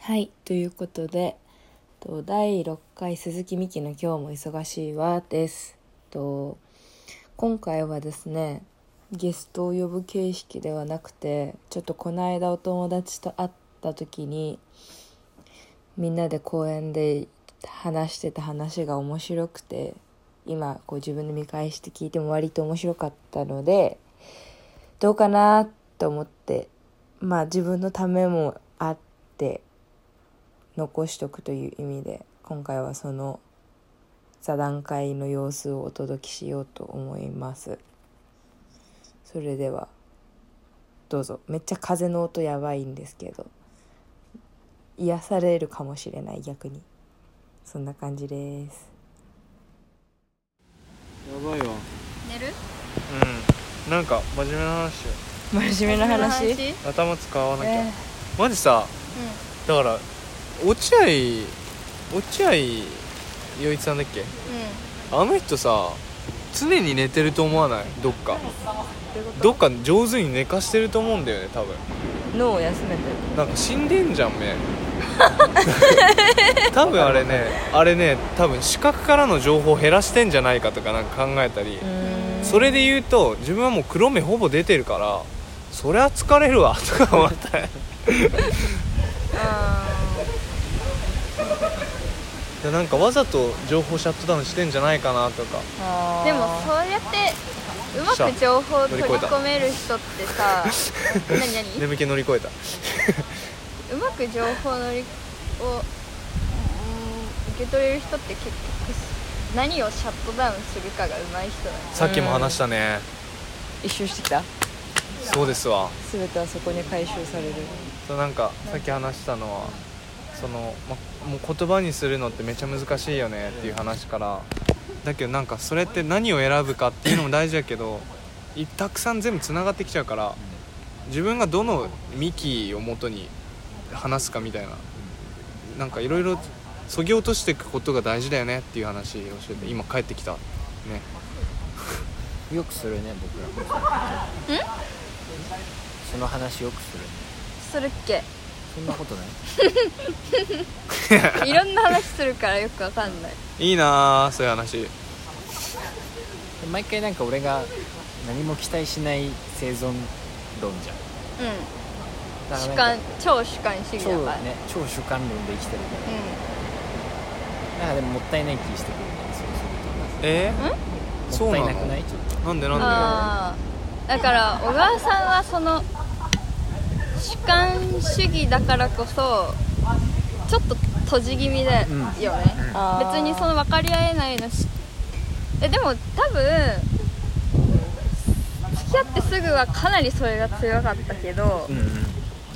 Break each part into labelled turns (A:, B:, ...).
A: はい、ということで、と第6回鈴木美希の今日も忙しいわです。と今回はですね、ゲストを呼ぶ形式ではなくて、ちょっとこの間お友達と会った時に、みんなで公園で話してた話が面白くて、今こう自分で見返して聞いても割と面白かったので、どうかなと思って、まあ自分のためもあって、残しとくという意味で今回はその座談会の様子をお届けしようと思いますそれではどうぞめっちゃ風の音やばいんですけど癒されるかもしれない逆にそんな感じです
B: やばいわ
C: 寝る
B: うんなんか真面目な話よ
A: 真面目な話
C: うん、
B: 頭使わなきゃ、
A: え
B: マジさだから落合落合陽一さんだっけあの人さ常に寝てると思わないどっかどっか上手に寝かしてると思うんだよね多分
A: ー脳を休めて
B: なんか死んでんじゃん 目多分あれねあれね多分視覚からの情報を減らしてんじゃないかとかなんか考えたり、
A: るうーん
B: それで言うと自分はもう黒目ほぼ出てるからそりゃ疲れるわ とか思ったいやなんかわざと情報シャットダウンしてんじゃないかなとか
A: あー
C: でもそうやってうまく情報を取り込める人って さ何何
B: 眠気乗り越えた
C: うまく情報のりを、うん、受け取れる人って結局何をシャットダウンするかが上手い人だね
B: さっきも話したね
A: 一周してきた
B: そうですわ
A: 全てはそこに回収される
B: そうなんかさっき話したのはその、ま、もう言葉にするのってめちゃ難しいよねっていう話からだけどなんかそれって何を選ぶかっていうのも大事やけどいたくさん全部つながってきちゃうから自分がどのミキを元に話すかみたいななんかいろいろそぎ落としていくことが大事だよねっていう話をしてて今帰ってきたね
D: よくするね僕ら
C: ん
D: その話よくするね
C: するっけ
D: そんなことない
C: いろんな話するからよくわかんない
B: いいなあそういう話
D: 毎回なんか俺が何も期待しない生存論じゃ
C: うん
D: んだ
C: 主
D: から
C: 観
D: なんか
C: 超主観主義だ
D: 超
C: から
D: ね超主観論で生きてるか
C: う
D: らなんかでももったいない気してくるね
B: えー、
D: そうす
B: そう
D: るとも
B: なの
D: ったいなくないちょっと
B: なんで
C: ん
B: なん
C: ああだから小川さんはその主観主義だからこそちょっと閉じ気味だよね、
D: うん
C: 別にその分かり合えないのしえでも多分付き合ってすぐはかなりそれが強かったけど、
D: うんうん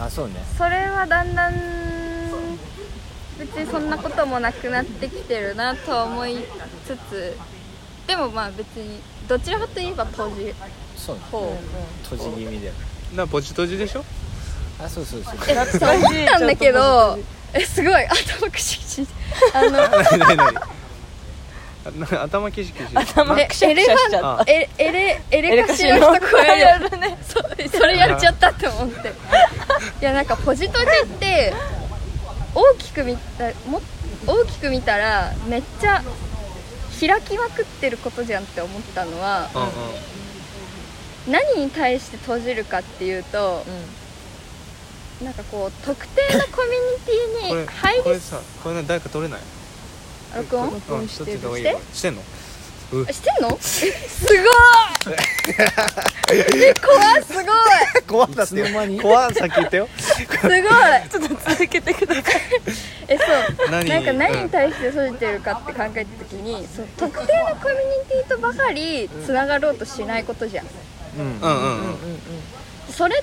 D: あそうね
C: それはだんだん別にそんなこともなくなってきてるなとは思いつつでもまあ別にどちらかといえば閉じ
D: そうね
C: 方
D: 閉じ気味だよ
B: でなんかポチトジでしょ
D: あそうそうそう
C: えそう思ったんだけどえすごい頭くしくしあの
B: 何何あな 頭キシキシ
A: 頭
C: え
A: くしゃくしゃしちゃった
B: あ
C: エレエレエ
A: エレ
C: レ
A: カ
C: カ
A: シ
C: シ
A: の
C: の人これや
A: るね
C: そそれやっちゃったと思っていやなんかポジトジって大きく見たも大きく見たらめっちゃ開きまくってることじゃんって思ったのは
B: うんうん
C: 何に対して閉じるかっていうと
A: うん
C: なんかこう特定のコミュニティ
B: こ
C: に
B: れ
C: 入
B: これ
C: り
B: さこれね誰か取れない
C: 録音
A: 録音
B: うん
A: してる
B: 取っといた方がいいよしてんの
C: してんのすごい え怖いすごい
B: 怖
D: いつの間に
B: 怖さっき言ったよ
C: すごいちょっと続けてください えそう
B: 何
C: なんか何に対して閉じてるかって考えた時に、そう特定のコミュニティとばかりつながろうとしないことじゃん
D: うん
B: うんうんうん
C: それ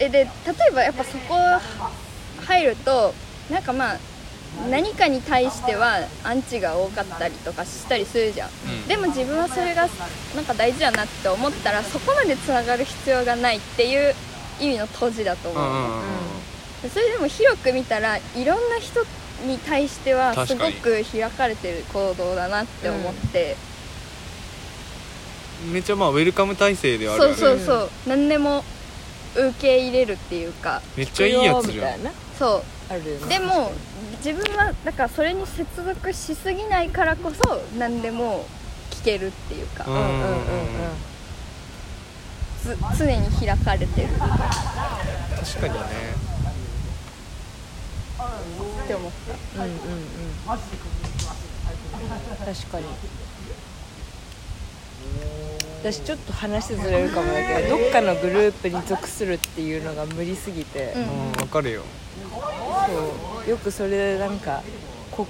C: えで例えばやっぱそこ入るとなんかまあ何かに対してはアンチが多かったりとかしたりするじゃん、
B: うん
C: でも自分はそれがなんか大事だなって思ったらそこまでつながる必要がないっていう意味の閉じだと思
B: う
C: う、
B: んうんうん
C: それでも広く見たらいろんな人に対してはす
B: 確か
C: ご
B: に
C: く開かれてる行動だなって思って、
B: うんめっちゃまあウェルカム体制ではある
C: そ
B: よ
C: う
B: ね
C: そうそう何でも受け入れるっていうか
B: めっちゃいいやつじゃ
A: 聞
B: ん
A: くよみたいな
C: そう
A: あるよね
C: でも自分はだからそれに接続しすぎないからこそ何でも聞けるっていうか、
B: う
A: うんうんうんうん
C: つ常に開かれてるっ
B: 確かにね
C: て思っ
A: うんうんうん確かに私ちょっと話ずれるかもだけどどっかのグループに属するっていうのが無理すぎて、
C: た、うん
B: うんわかるよ
A: そうよくそれでなんか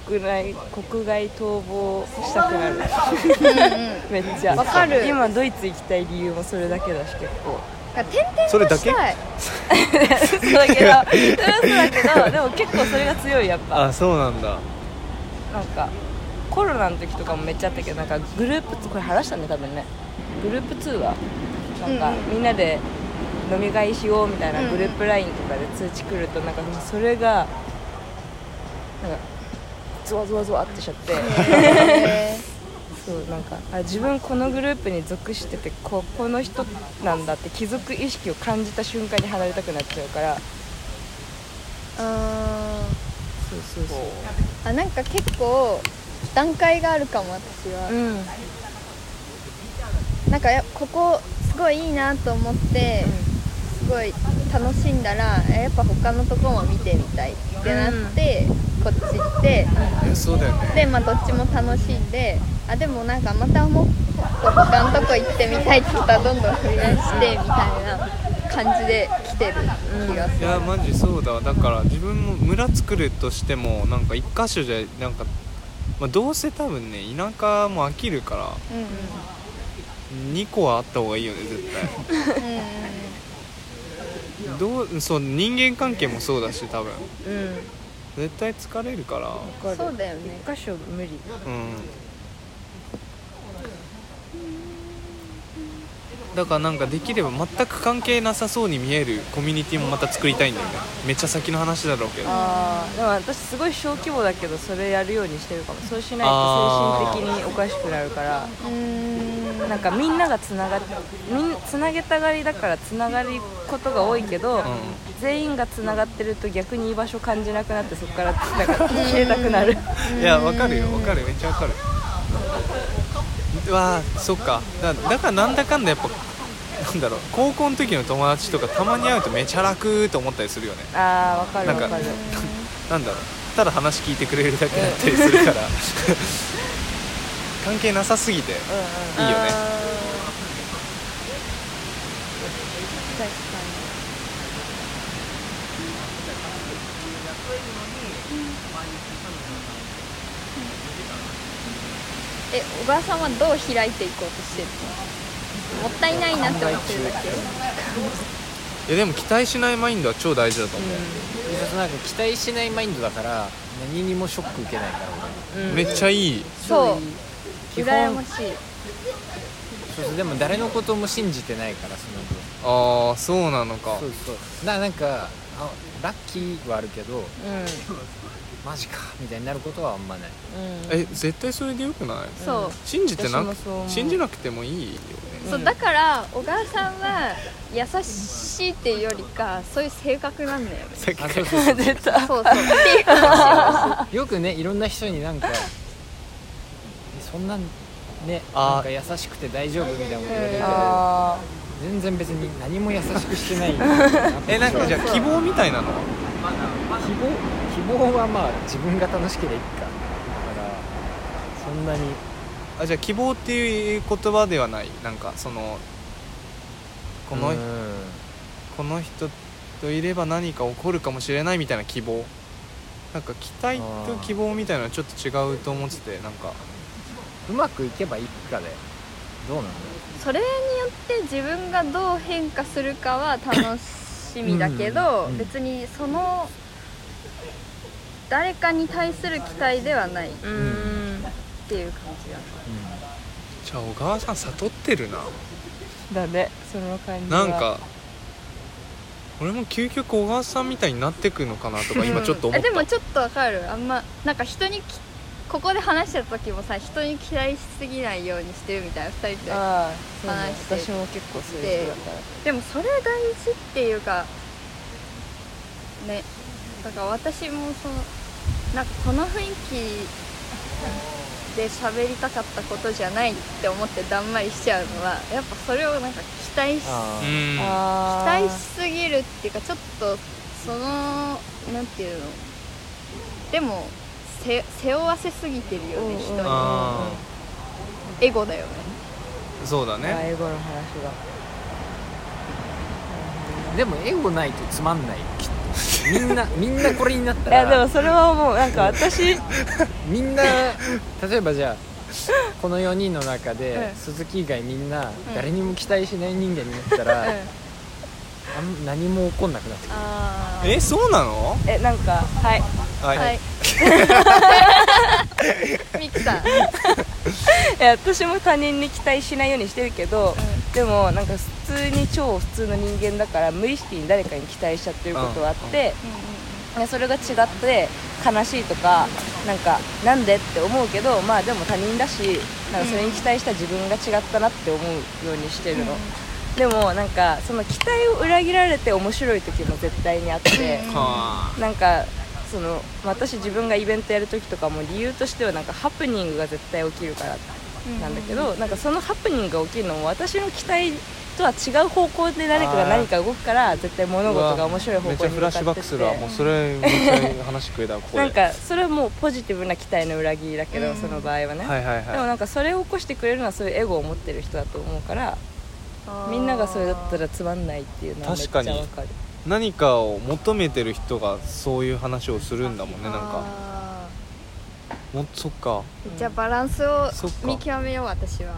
A: 国内国外逃亡したく なるめっちゃ
C: わかる
A: 今ドイツ行きたい理由もそれだけだし結構
C: なんか転々
B: それ
C: と
B: だ
C: し
B: け
C: たい
A: そうだけどそうだけどでも結構それが強いやっぱ
B: あそうなんだ
A: なんかコロナの時とかもめっちゃあったけどなんかグループこれ話したんだ多分ねグループ通話なんか、
C: うん
A: みんなで飲み会しようみたいな
C: うんうん
A: グループ LINE とかで通知来るとなんかそれがなんかゾワゾワゾワってしちゃ って
C: へ
A: そうなんかあ自分このグループに属しててここの人なんだって帰属意識を感じた瞬間に離れたくなっちゃうから
C: ーあ
A: そうそうそう
C: ーあなんか結構段階があるかも私は、
A: うんうん
C: なんかやここすごいいいなと思って、すごい楽しんだらえやっぱ他のとこも見てみたいってなって、こっち行って
B: えそうだよね
C: でまあどっちも楽しんであでもなんかまたもっと他のとこ行ってみたいって言ったらどんどん振り出してみたいな感じで来てる気がす
B: い
C: る、
B: やマジそうだわだから自分も村作るとしてもなんか一箇所じゃなんか、まあ、どうせ多分ね田舎も飽きるから
C: うんうん
B: 2個はあった方がいいよね絶対
C: うんうん
B: どうそう人間関係もそうだし多分絶対疲れるから
A: わか
C: そ
A: る
C: うだよね
A: 一箇所無理
B: うんだからなんかできれば全く関係なさそうに見えるコミュニティもまた作りたいんだよねめっちゃ先の話だろうけど
A: あーでも私すごい小規模だけどそれやるようにしてるかもそうしないと精神的におかしくなるから
C: うーん
A: なんかみんながつながみんつなげたがりだからつながることが多いけど、全員がつながってると逆に居場所感じなくなってそこからなんか消えたく なる
B: いやわかるよわかるめっちゃわかるうわーそっかだだからなんだかんだやっぱなんだろう高校の時の友達とかたまに会うとめちゃ楽と思ったりするよね
A: あーわかる
B: なん
A: わ
B: か
A: かる
B: なんだろうただ話聞いてくれるだけだったりするから関係なさすぎていいよ
A: う
B: ね
C: あー確かにえ小川さんはどう開いていこうとしてるのもったいないなって思ってるだけ
B: いやでも期待しないマインドは超大事だと思
D: そうなんか期待しないマインドだから何にもショック受けないから俺
B: う、めっちゃいい
C: そう
D: 基本
C: 羨ましい
D: そうそうでも誰のことも信じてないからその分
B: ああそうなのか
D: そうそうだからなんかあラッキーはあるけど
A: うんうん
D: マジかみたいになることはあんまない
A: うん
B: え絶対それでよくない
C: そう
B: 信じてな
A: 私も
B: く
A: そう思う
B: 信じなくてもいいよね
C: そうだから小川さんは優しいっていうよりかそういう性格なんだよ ね
B: さっき
D: あ
B: か
D: そう
B: ら
D: そうそう
A: 出た
C: そうそうっていう
D: よくねいろんな人になんかそんなんね
B: あ
D: なんか優しくて大丈夫みたいなこと言われるけど
A: あ
D: 全然別に何も優しくしてない
B: えなんかじゃあ希望みたいなのは
D: 希望希望はまあ自分が楽しければいいかだからそんなに
B: あじゃあ希望っていう言葉ではないなんかそのこの
D: うん
B: この人といれば何か起こるかもしれないみたいな希望なんか期待と希望みたいなのはちょっと違うと思っててなんか
D: うまくいけばいいかでどうなんだろ
C: それによって自分がどう変化するかは楽しみだけど、
D: うんうん
C: 別にその誰かに対する期待ではないっ
A: ーうん
C: ていう感じだ
D: う、
B: じゃあ小川さん悟ってるな
A: だねその感じは
B: なんか俺も究極 小川さんみたいになってくのかなとか今ちょっと思
C: え
B: っ
C: でも
B: た
C: ちょっとわかるあんまなんか人にきここで話した時もさ人に期待しすぎないようにしてるみたいな2人で
A: ああそうね
C: 話し
A: 私
C: て
A: も結構そういう人だから
C: でもそれ大事っていうかねだから私もそのなんかこの雰囲気で喋りたかったことじゃないって思ってだんまりしちゃうのはやっぱそれをなんか期待し
D: あ
B: う
D: ー
B: ん
A: あー
C: 期待しすぎるっていうかちょっとそのなんていうのでもせ背負わせすぎてるよ
A: うんうん
C: ね人
A: うん
C: に
B: あ
C: エゴだよね
B: ーそうだ
A: あ
B: ね
A: 英語の話だ
D: でもエゴないとつまんないよきっとみんなみんなこれになった
A: いやで
D: ら
A: もそれはもうなんか私
D: みんな例えばじゃあこの4人の中で、
C: うん
D: 鈴木以外みんな誰にも期待しない人間になった
C: うん
D: ら、あん何も起こんなくなってくる
C: あー
B: えそうなの
A: えなんかはい
B: は
C: はいミキさん、うん、
A: いや私も他人に期待しないようにしてるけど、でもなんか普通に超普通の人間だから無意識に誰かに期待しちゃってることはあって、でそれが違って悲しいとかなんかなんでって思うけどまあでも他人だしなんかそれに期待した自分が違ったなって思うようにしてるの、でもなんかその期待を裏切られて面白い時も絶対にあって
C: うん
B: は
A: なんかそのまあ私自分がイベントやる時とかも理由としてはなんかハプニングが絶対起きるからなんだけど、なんかそのハプニングが起きるのも私の期待とは違う方向で誰かが何か動くから絶対
B: あ
A: 物事が面白い方
B: めっち
A: 向
B: ゃ
A: に
B: フ
A: 向か
B: ラ
A: っ
B: ッ
A: て
B: シ
A: っ
B: ュバックするわも
A: て
B: うそれめっちゃ話食えたわここで
A: なんかそれはもうポジティブな期待の裏切りだけど、
C: うん
A: その場合はね、
B: はいはい
A: でも
B: は
A: なんかそれを起こしてくれるのはそういうエゴを持ってる人だと思うから
C: あー
A: みんながそれだったらつまんないっていうのはめっちゃわかる
B: 確い何かを求めてる人がそういう話をするんだもんねなんか
C: あ
B: もそっか
C: ーじゃあバランスを
B: そっか
C: 見極めよう私は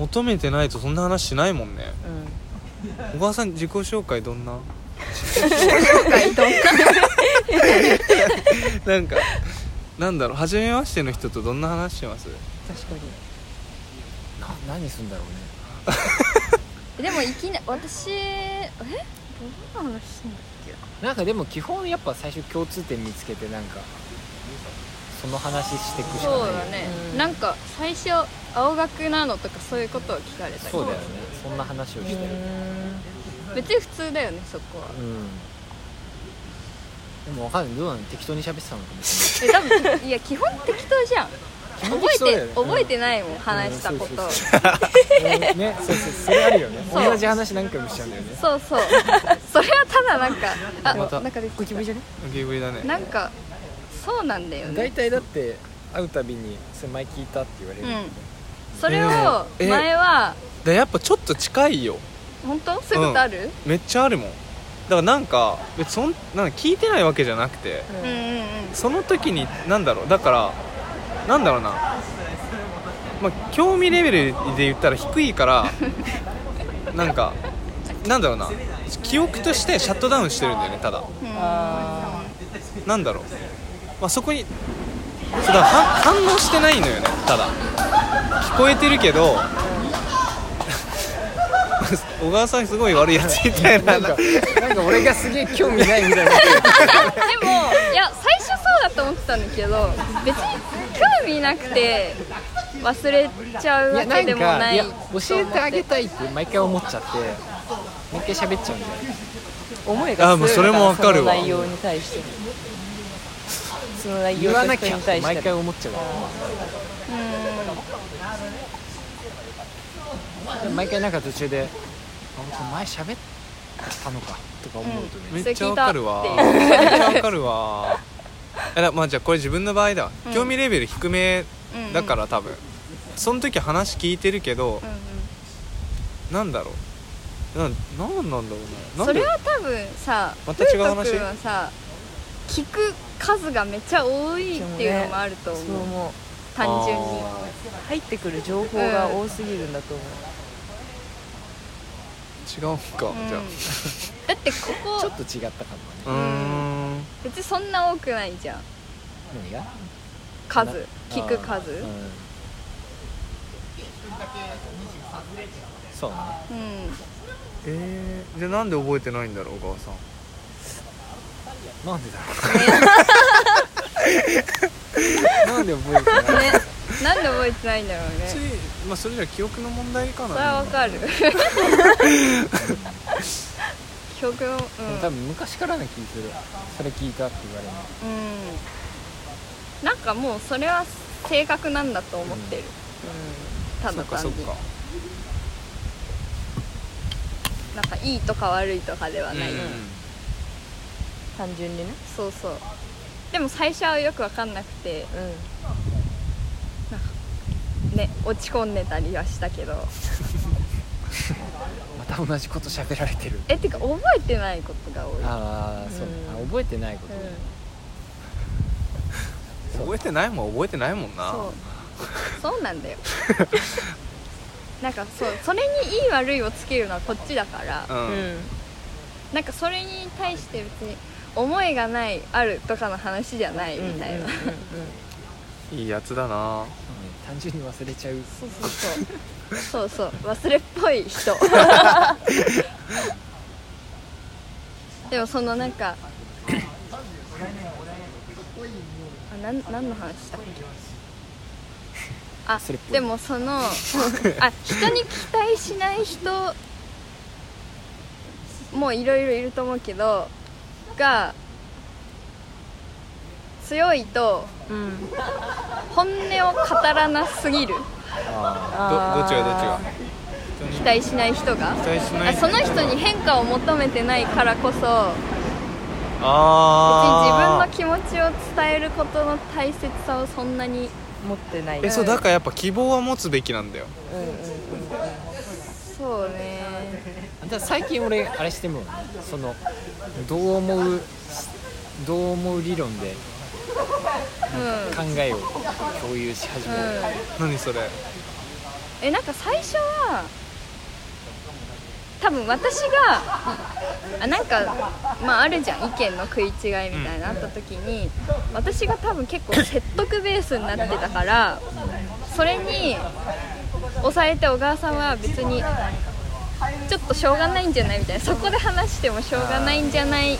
B: 求めてないとそんな話しないもんね
A: うん
B: 小川さん自己紹介どんな なんかなんだろう初めましての人とどんな話してます
A: 確かに
D: な何するんだろう
C: で
D: ね
C: もいきな私えどんな話してんだっけ
D: なんかでも基本やっぱ最初共通点見つけてなんかその話してくしか
C: そ
D: ない
C: うだね、
A: うん
C: なんか最初青学なのとかそういうことを聞かれたり
D: そうだよねそんな話をしてる
C: 別に普通だよねそこは
D: でもわかんないどうなの適当に喋ってたのかもし
C: え多分いや基本適当じゃん
D: 基
C: 覚
D: 本適当だ
C: え
D: よ
C: て、
D: ね
C: 覚えてないもん話したこと、
D: うんそれないうん ねそうそうそれあるよね
C: そう
D: 同じ話何回もしちゃうんだよね
C: そうそうそれはただなんかあ、
B: また
C: なんかでき
D: じゃね
B: ゴキブリだね
C: なんかそうなんだよね
D: 大体だって会うたびに「それ前聞いた」って言われる、
C: うんそれを
B: えーえー
C: 前は
B: でやっぱちょっと近いよ
C: 本当そういうことある、
B: めっちゃあるもんだからなんか別にそんなんか聞いてないわけじゃなくて
C: うん、うんうん
B: その時になんだろうだからなんだろうなまあ興味レベルで言ったら低いから なんかなんだろうな記憶としてシャットダウンしてるんだよねただ
A: あ
B: なんだろう、まあ、そこにそうだから反反応してないのよねただ聞こえてるけ ど小川さんすごい悪いやつみたい
D: な
B: なん
D: かなんか俺がすげえ興味ないみたい
C: で
D: な
C: もいや最初そうだと思ってたんだけど別に興味なくて忘れちゃうわけでもない
D: やなんかいや教えてあげたいって毎回思っちゃって毎回喋っちゃうんだよね
A: ー思いが
B: あーもうそ
A: 強い
B: れ
A: の
B: もわ
A: か
B: か
A: なそ
B: る
A: の
B: わ
A: 内容に対してその内容
D: 言
A: と
D: わなき
A: 人
D: ゃっ
A: に
D: て
A: 対
D: 毎
A: して
D: 回思っちゃうから毎回なんか途中で「あ俺これ前喋ったのか」とか思うと
C: うん
D: ね、
B: めっちゃわかるわ
C: そ
B: め
C: れ聞いたって
B: っちゃわかるわ えだまあじゃあこれ自分の場合だわ、
C: うん
B: 興味レベル低め
C: うんうん
B: だから多分、その時話聞いてるけど
C: うん、う、
B: なんだろうななんなんだろうなんなん
C: そ
B: で
C: れは多分さ
B: また違う話
C: 風斗君はさ聞く数がめっちゃ多いっていうのもあると思
A: そう
C: う
A: 思う
C: 単純に
B: あ
A: 入ってくる情報が多すぎるんだと思う、
B: ー違うか、
C: うん
B: じゃ
C: だってこ
D: ちょ
C: こ
D: っと違ったかもね
B: あうーん
C: 別にそんな多くないじゃん
D: 何が
C: 数聞く
D: あ
C: 数
D: ーうんそうね
C: うん
B: えー、じゃあなんで覚えてないんだろう小川さん
D: なんでだろなんで覚えてない
C: ねなんで覚えてないんだろうね
B: ついまあそれじゃ記憶の問題かな
C: それはわかる 記憶のうん
D: でも多分昔からな気するそれ聞いたって言われる
C: うんなんかもうそれは性格なんだと思ってる、うん、た
B: そ
C: だ
B: っか
C: 単
B: そっ
C: に
B: か
C: なんかいいとか悪いとかではない、
B: うん
A: 単純にね
C: そうそうでも最初はよく分かんなくて
A: う
C: ね落ち込んでたりはしたけど
D: また同じこと喋られてる
C: えってか覚えてないことが多い
D: ああそう、
A: うん
D: あ覚えてないこと、
C: うん
B: 覚えてないもん覚えてないもんな
C: そうそうなんだ よなんかそうそれにいい悪いをつけるのはこっちだから、
B: うん、
A: ん
C: なんかそれに対して別に思いがないあるとかの話じゃないみたいな、
A: うんうんうん
B: いいやつだな
D: 単純に忘れちゃう
C: そうそうそうそうそう忘れっぽい 人でもそのなんかあなん何の話したっけあ
D: 忘れっぽい
C: でもそのあ人に期待しない人もういろいろいると思うけどが強いと
A: うんうん
C: 本音を語らなすぎる
D: あ
B: どどっちがどっちが
C: 期待しない人が
B: 期待しな
C: あ
B: い
C: その人に変化を求めてないからこそ別
B: ああ
C: に自分の気持ちを伝えることの大切さをそんなに
A: 持ってない
B: えそうだからやっぱ希望は持つべきなんだよ
A: うんうんうん
C: そうね
D: あだ最近俺あれしてもんねそのどう思うどう思う理論で
C: うん、うん
D: 考えを共有し始める、
B: 何それ
C: えなんか最初は多分私があなんか、まあ、あるじゃん意見の食い違いみたいなあった時に私が多分結構説得ベースになってたからそれに抑えて小川さんは別にちょっとしょうがないんじゃないみたいなそこで話してもしょうがないんじゃない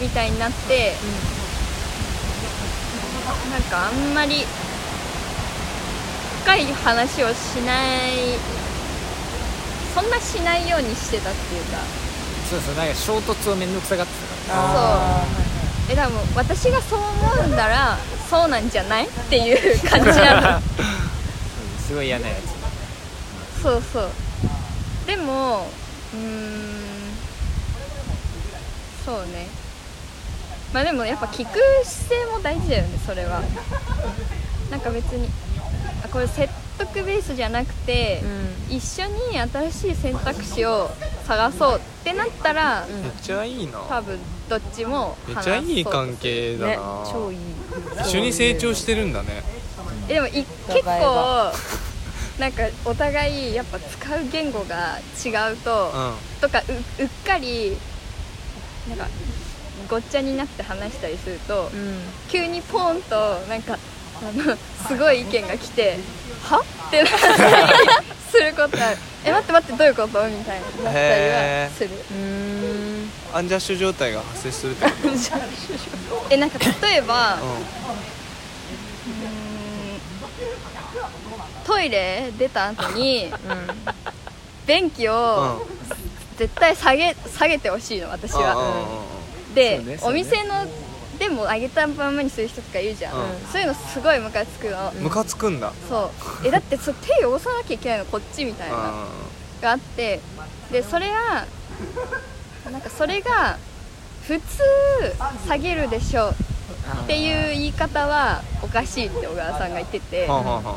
C: みたいになって、なんかあんまり深い話をしないそんなしないようにしてたっていうか
D: そうそうなんか衝突を面倒くさがってたか
A: あ
C: えだからもう私がそう思うんだらそうなんじゃないっていう感じなの
D: らそうすごい嫌なやつ
C: そうそうでもうーんそうねまあでもやっぱ聞く姿勢も大事だよねそれはなんか別にあこれ説得ベースじゃなくて、一緒に新しい選択肢を探そうってなったら、
B: めっちゃいいな
C: 多分どっちも
B: め
C: 話そう
B: っちゃいい関係だ
A: ね
B: な、
A: 超いい
B: 一緒に成長してるんだね
C: えでもい結
A: お互い
C: 構
A: が
C: なんかお互いやっぱ使う言語が違うと、
B: うん
C: とかううっかりなんかごっちゃになって話したりすると、
A: うん
C: 急にポーンとなんかあのすごい意見が来て「は?」ってなったりすることある「え待って待ってどういうこと?」みたいになったりはする。
A: うん
B: アンジャッシュ状態が発生するってこ
C: えなんか例えば、
B: と、うん
C: トイレ出た後に
A: うん
C: 便器を
B: うん
C: 絶対下げ下げてほしいの私は、で、
D: そうねそ
C: お
D: うね
C: 店のでも上げたまんまにする人とかいるじゃん、
B: うん
C: そういうのすごいムカつくの、
B: ムカつくんだ、
C: そうえだってそう手汚さなきゃいけないのこっちみたい
B: うん
C: ながあってでそれはなんかそれが普通下げるでしょっていう言い方はおかしいって小川さんが言ってて、
B: はんはんはん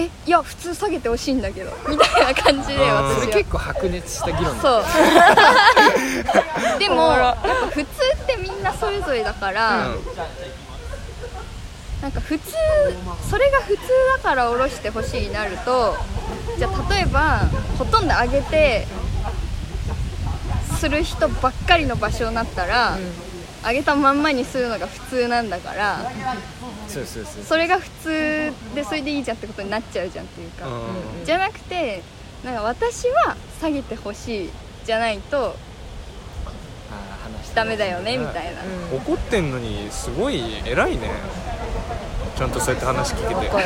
C: えいや普通下げてほしいんだけどみたいな感じで私
B: あー
C: は
D: それ結構白熱した議論だ
C: そうでもやっぱ普通ってみんなそれぞれだから、
B: うん
C: なんか普通それが普通だから下ろしてほしいになるとじゃあ例えばほとんど上げてする人ばっかりの場所になったら、上げたまんまにするのが普通なんだから
D: そうそうそう
C: それが普通でそれでいいじゃんってことになっちゃうじゃんっていうか。
B: うん
C: じゃなくてなんか私は下げてほしいじゃないと
D: あー話して
C: ダメだよねみたいな、
B: 怒ってんのにすごい偉いねちゃんとそうやって話聞けて
A: 怒る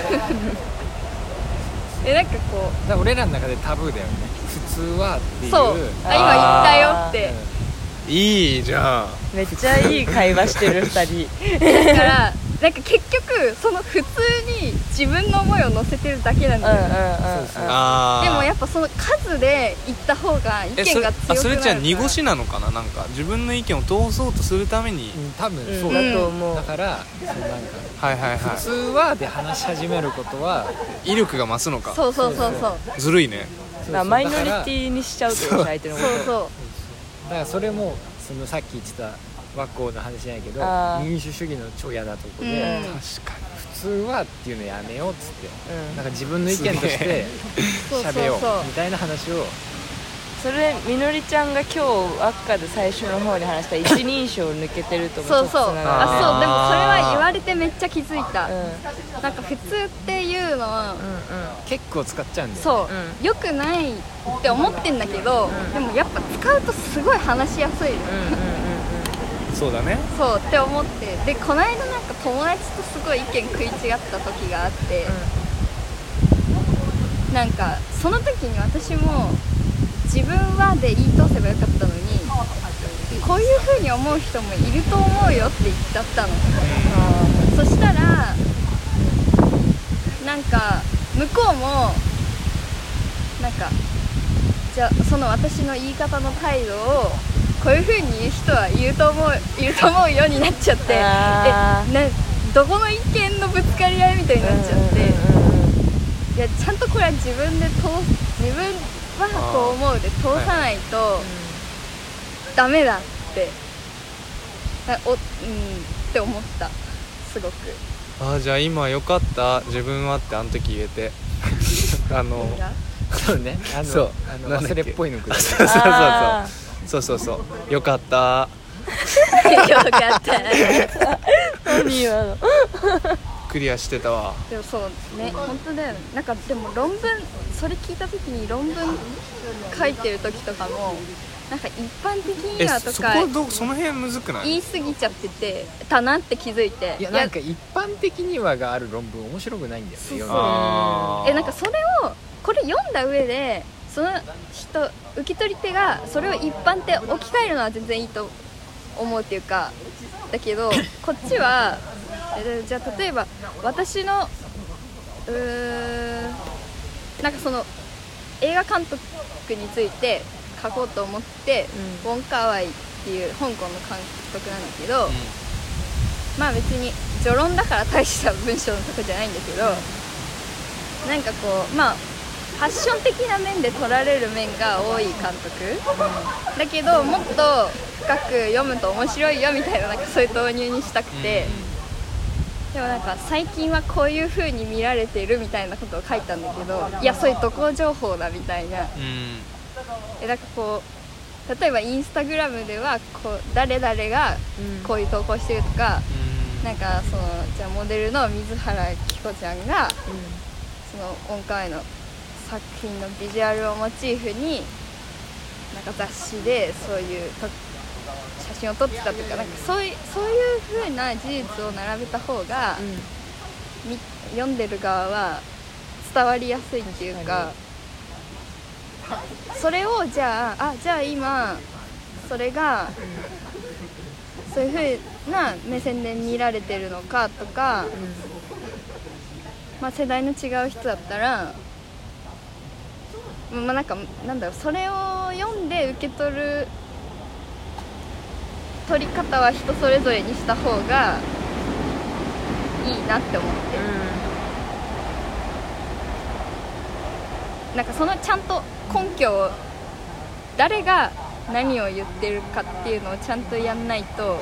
C: えなんかこ
D: だから俺らの中でタブーだよね普通はって
C: う
D: いう
C: そうあ今言ったよっ
B: いいじゃん
A: めっちゃいい会話してる二人
C: てだからなんか結局その普通に自分の思いを乗せてるだけなん
A: うんうん
C: だよ、
A: うんうん
D: そうそう
B: あー
C: でもやっぱその数で言った方が意見が
B: えそ
C: 強
B: れ
C: く
B: あ
C: なるから
B: それじゃあ濁しなのかななんか自分の意見を通そうとするために、
D: うん多分
A: う
D: そ
A: ん
D: うだ,、
A: だと思う
D: だからそうなんか
B: はいはい
D: 普
B: は
D: 通はで話し始めることは
B: 威力が増すのか
C: そうそうそうそう
B: ずるいね
D: そうそう
A: だからマイノリテ
D: だから
A: ィにしちゃうってことでしょ相手のこ
C: そう
A: とを
C: そう
D: だからそれもそのさっき言ってた和光の話じゃないけど
A: あー
D: 民主主義の超嫌なとこで、
C: うん
B: 確か
D: 普通はっていうのやめようっつって
A: うん
D: なんか自分の意見とし
B: すげ
D: て
C: そうそう
D: 喋よ
C: そう
D: うみたいな話を
A: それみのりちゃんが今日アッカで最初の方に話した一人称抜けてるともち
C: そ
A: ょ
C: う
A: っとつ
C: そうあそうでもそれ
A: ながる
C: は言われてめっちゃ気づいた、
A: うん
C: なんか普通っていうのは
D: 結構使っちゃうんだよ
C: そ
D: ね、
C: う、良くないって思ってんだけど、でもやっぱ使うとすごい話しやすい
A: うんうんうんうんうん
B: にそうだね
C: そうって思ってでこの間なんか友達とすごい意見食い違った時があって、なんかその時に私も自分はで言い通せばよかったのにこういう風に思う人もいると思うよって言っちゃったのそしたらなんか向こうもなんかじゃあその私の言い方の態度をこういう風に言う人は言うと思ういると思うようになっちゃってえ
A: あー
C: などこの意見のぶつかり合いみたいになっちゃって、
A: う
C: いやちゃんとこれは自分で通す自分はこう思うで通さないとダメだってあおうんって思ったすごく
B: あーじゃあ今よかった自分はってあの時言え てあの
C: 何が
D: そうねあの
B: そう
D: あの
B: なんだっ
D: 忘
B: け
D: れっぽいのくらい
B: そうそう
A: あ
B: そうそうそうそうよかった
C: よかった
A: んうん何今の
B: クリアしてたわ
C: でもそうね本当だよねなんかでも論文それ聞いた時に論文書いてる時とかもなんか一般的に
B: え
C: はと
B: そこ
C: か
B: どその辺むずくない
C: 言い過ぎちゃっててたなって気づい て
D: いやなんか一般的にはがある論文面白くないんだよね世の中
B: あー
C: えなんかそれをこれ読んだ上でその人受け取り手がそれを一般って置き換えるのは全然いいと思うっていうかだけ どこっちはえじゃあ例えば私のうーんなんかその映画監督について書こうと思って、ウォン・カーワイっていう香港の監督なんだけど、まあ別に序論だから大した文章のとこじゃないんだけど、なんかこうまあファッション的な面で取られる面が多い監督、だけどもっと深く読むと面白いよみたいななんかそういう導入にしたくて、でもなんか最近はこういう風に見られてるみたいなことを書いたんだけどいやそういう渡航情報だみたいな。
B: うん、うん
C: えなんかこう例えばインスタグラムではこう誰々がこういう投稿してるとか、なんかそのじゃあモデルの水原希子ちゃんがその音階の作品のビジュアルをモチーフになんか雑誌でそういうと写真を撮ってたとかなんかそういうそういう風な事実を並べた方が、み読んでる側は伝わりやすいっていうかそれをじゃああじゃあ今それがそういうふうな目線で見られてるのかとか、まあ、世代の違う人だったら。まあ、なんかなんだろうそれを読んで受け取る取り方は人それぞれにした方がいいなって思って。なんかそのちゃんと根拠を誰が何を言ってるかっていうのをちゃんとやんないと
D: ね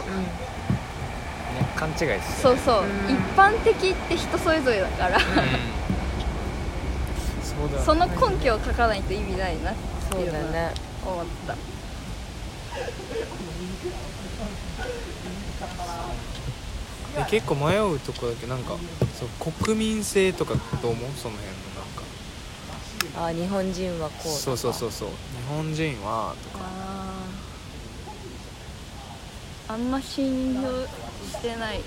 D: 勘違いです
C: そうそう、
A: うん
C: 一般的って人それぞれだから、
D: そ
C: そ
D: う
C: の根拠を書かないと意味ないなって
A: そ
C: いううの
A: だ
C: は
A: ね
C: 思った、
B: え結構迷うとこだけどなんかそう国民性とかどう思うその辺のなんか
A: あ日本人はこう
B: そうそうそうそう日本人は
A: あ
C: あんま信用してない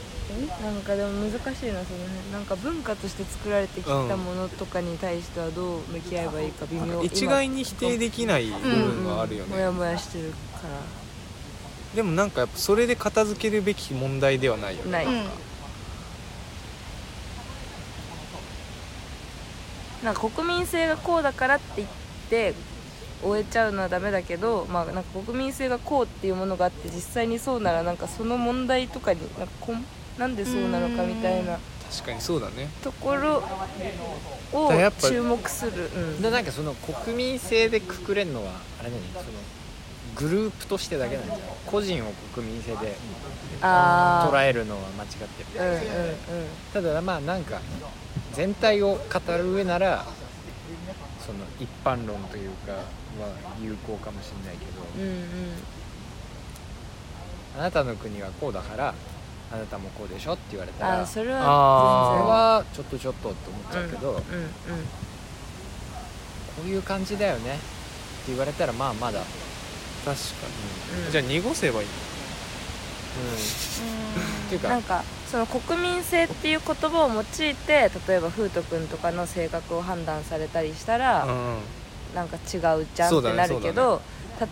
A: なんかでも難しいなその辺なんか文化として作られてきたものとかに対してはどう向き合えばいいか微
B: なん
A: 妙
B: か一概に否定できない部分があるよ
A: も
B: ね、
A: やもやしてるから
B: でもなんかやっぱそれで片付けるべき問題ではないよね
A: ない、
C: うん
A: なんか国民性がこうだからって言って終えちゃうのはダメだけど、まあ、なんか国民性がこうっていうものがあって実際にそうならなんかその問題とかになんかこんなんでそうなのかみたいな
B: 確かにそうだね
A: ところ
B: だ
A: を
B: からやっぱ
A: 注目する、
D: でなんかその国民性でくくれるのはあれ何そのグループとしてだけなんじゃない個人を国民性
A: う
D: で
A: ん、あ
D: 捉
A: え
D: えるのは間違って
A: うん
D: る、
A: うんうん
D: ただまあなんか全体を語る上ならその一般論というかは有効かもしれないけど、
A: うん
D: あなたの国はこうだからあなたもこうでしょって言われ
A: うん
D: たら
A: あ
D: それ
A: それは
B: あ
D: はちょっとちょっとって思っちゃうけど、こ
A: 全然うんうん
D: ういう感じだよねって言われたらまあまだ、うん
B: 確か
A: うん
B: にじゃあ濁せばいい
D: っていう
A: な
D: か
A: んかその国民性っていう言葉を用いて例えば風斗君とかの性格を判断されたりしたら、
B: うん
A: なんか違うじゃん
B: そ
A: っ
B: うだ
A: て
B: ね
A: なるけ
B: そ
A: ど、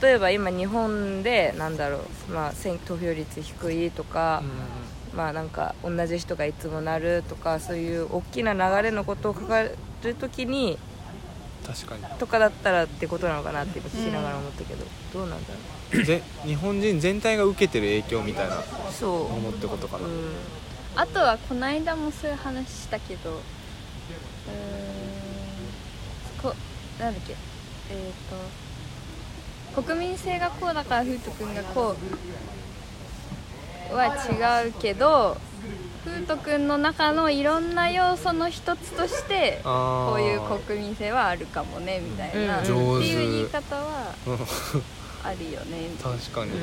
A: 例えば今日本でなんだろう、まあ、選投票率低いとか、まあなんか同じ人がいつもなるとかそういう大きな流れのことを書かれる時に
B: 確か
A: とかだったらってことなのかなって今聞きながら思ったけど、どうなんだろ
B: にぜ日本人全体が受けてる影響みたいな
A: うそ
B: ものってことか
A: う、
B: な、
A: うん、
C: あとはこの間もそういう話したけどうーんこなんだっけえっ、と国民性がこうだから風斗くんがこうは違うけど風斗くんの中のいろんな要素の一つとして
B: あー
C: こういう国民性はあるかもねみたいな、
A: うん
C: って
B: 上手
C: いう言い方は
B: うん
C: あるよねみたいな
B: 確かに、
A: うん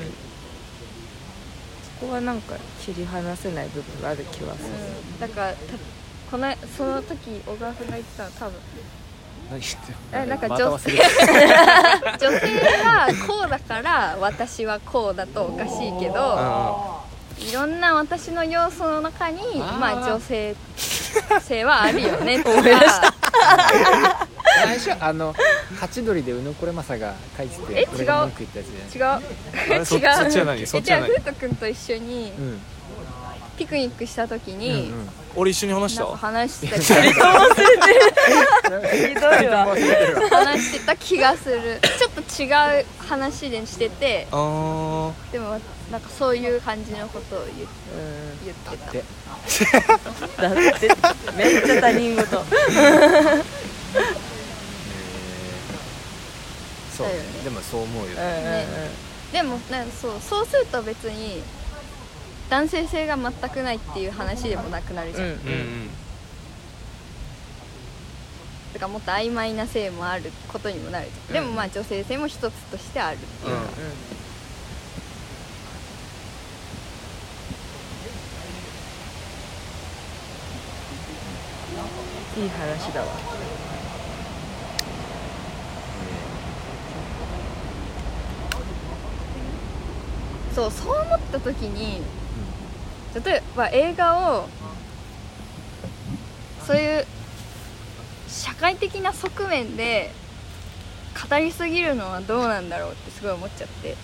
A: そこはなんか切り離せない部分がある気はする、
C: うん、だからたこのその時小川君が言ってたの多分
D: 何言ってる
C: えなんか
D: ま
C: 女
D: た
C: 性
D: 忘れた
C: 女性がこうだから私はこうだとおかしいけど
B: あ
C: いろんな私の要素の中に
D: あー
C: まあ女性性はあるよねとか
D: 最初あのハチドリで宇野これまさが書いて
C: え違
D: て
C: う
D: 俺が文句言ったやつじゃない
C: 違う
B: あれそそ
C: 違
B: うっちは何そっ
C: え
B: ち
C: じゃ
B: は
C: あ
B: 何
C: ふうとくんと一緒に
D: うん
C: ピクニックした時に、
D: うんうん
B: 俺一緒に話し
C: な
B: た
C: んか話してた
A: ひどいわ
C: 話してた気がするちょっと違う話でしてて
B: あー
C: でもなんかそういう感じのことを言
A: う
C: 言ってた
D: で
A: んだってめっちゃ他人事
D: そうね
C: だよね
D: でもそう思うよ、
C: ねでもなんかそうそうすると別に男性性が全くないっていう話でもなくなるじゃん、
B: うんうん
C: だからもっと曖昧な性もあることにもなるじゃん、でもまあ女性性も一つとしてある
B: うん
A: いい話だわ
C: そうそう思った時に例えば映画をそういう社会的な側面で語りすぎるのはどうなんだろうってすごい思っちゃって
A: っ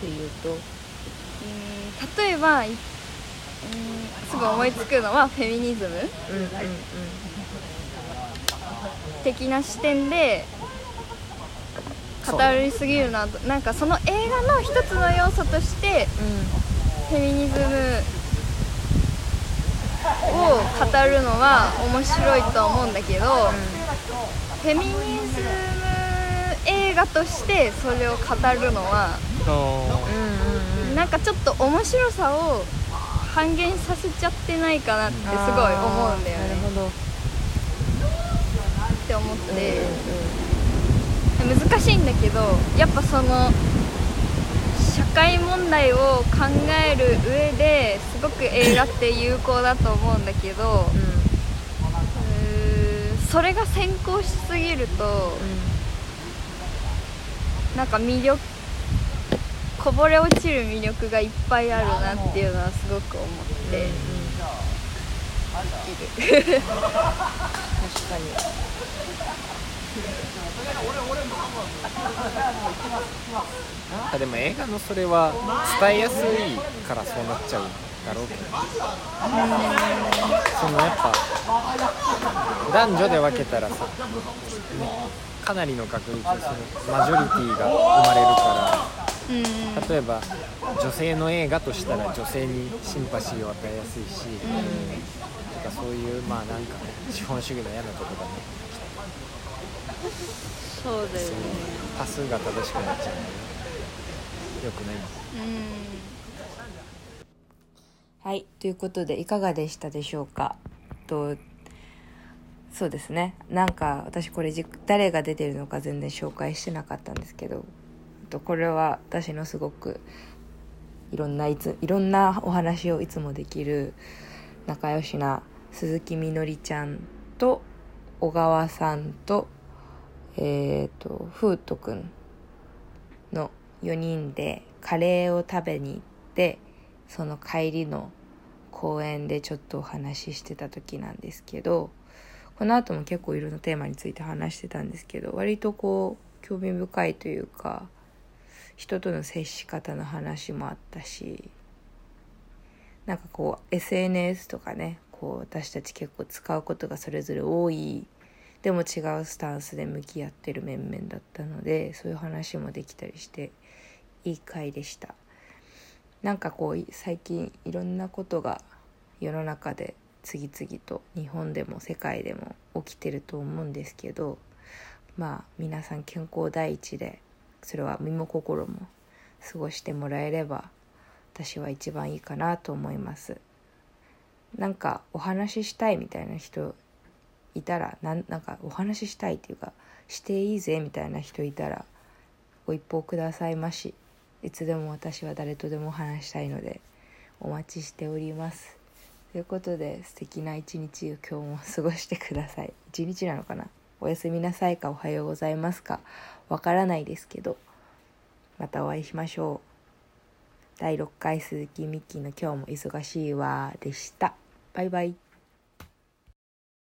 A: ていうと
C: うん例えばいうんすぐ思いつくのはフェミニズム
A: うんうんうん
C: 的な視点で語りすぎるなとなんかその映画の一つの要素としてフェミニズムを語るのは面白いと思うんだけど、フェミニズム映画としてそれを語るのは
B: あ
A: うんうんうん
C: なんかちょっと面白さを半減させちゃってないかなってすごい思うんだよ
A: なる
C: ね
A: ほど
C: って思って。
A: う
C: 難しいんだけどやっぱその社会問題を考える上ですごく映画って有効だと思うんだけど
A: んうん
C: うーんそれが先行しすぎるとなんか魅力こぼれ落ちる魅力がいっぱいあるなっていうのはすごく思って、
A: 確かに
D: あでも映画のそれは伝えやすいからそうなっちゃうんだろうけどそのやっぱ男女で分けたらさかなりの確率そのマジョリティが生まれるか
C: うん
D: ら例えば女性の映画としたら女性にシンパシーを与えやすいし、とかそういうまあなんか資本主義の嫌なとこだね
C: そうだよね
D: 多数が正しくなっちゃうんだよねよくない
C: うん
A: はい、ということでいかがでしたでしょうかとそうですねなんか私これじ誰が出てるのか全然紹介してなかったんですけどとこれは私のすごくいろんないついろんなお話をいつもできる仲良しな鈴木みのりちゃんと小川さんとえっ、とふうとくんの4人でカレーを食べに行ってその帰りの公園でちょっとお話ししてた時なんですけどこの後も結構いろんなテーマについて話してたんですけど割とこう興味深いというか人との接し方の話もあったしなんかこう SNS とかねこう私たち結構使うことがそれぞれ多いでも違うスタンスで向き合ってる面々だったのでそういう話もできたりしていい回でした。なんかこうい最近いろんなことが世の中で次々と日本でも世界でも起きてると思うんですけどまあ皆さん健康第一でそれは身も心も過ごしてもらえれば私は一番いいかなと思いますなんかお話ししたいみたいな人いたらなんなんかお話ししたいっていうかしていいぜみたいな人いたらご一報くださいましいつでも私は誰とでも話したいのでお待ちしておりますということで素敵な一日を今日も過ごしてください一日なのかなおやすみなさいかおはようございますかわからないですけどまたお会いしましょう第6回鈴木みっきーの今日も忙しいわでしたバイバイ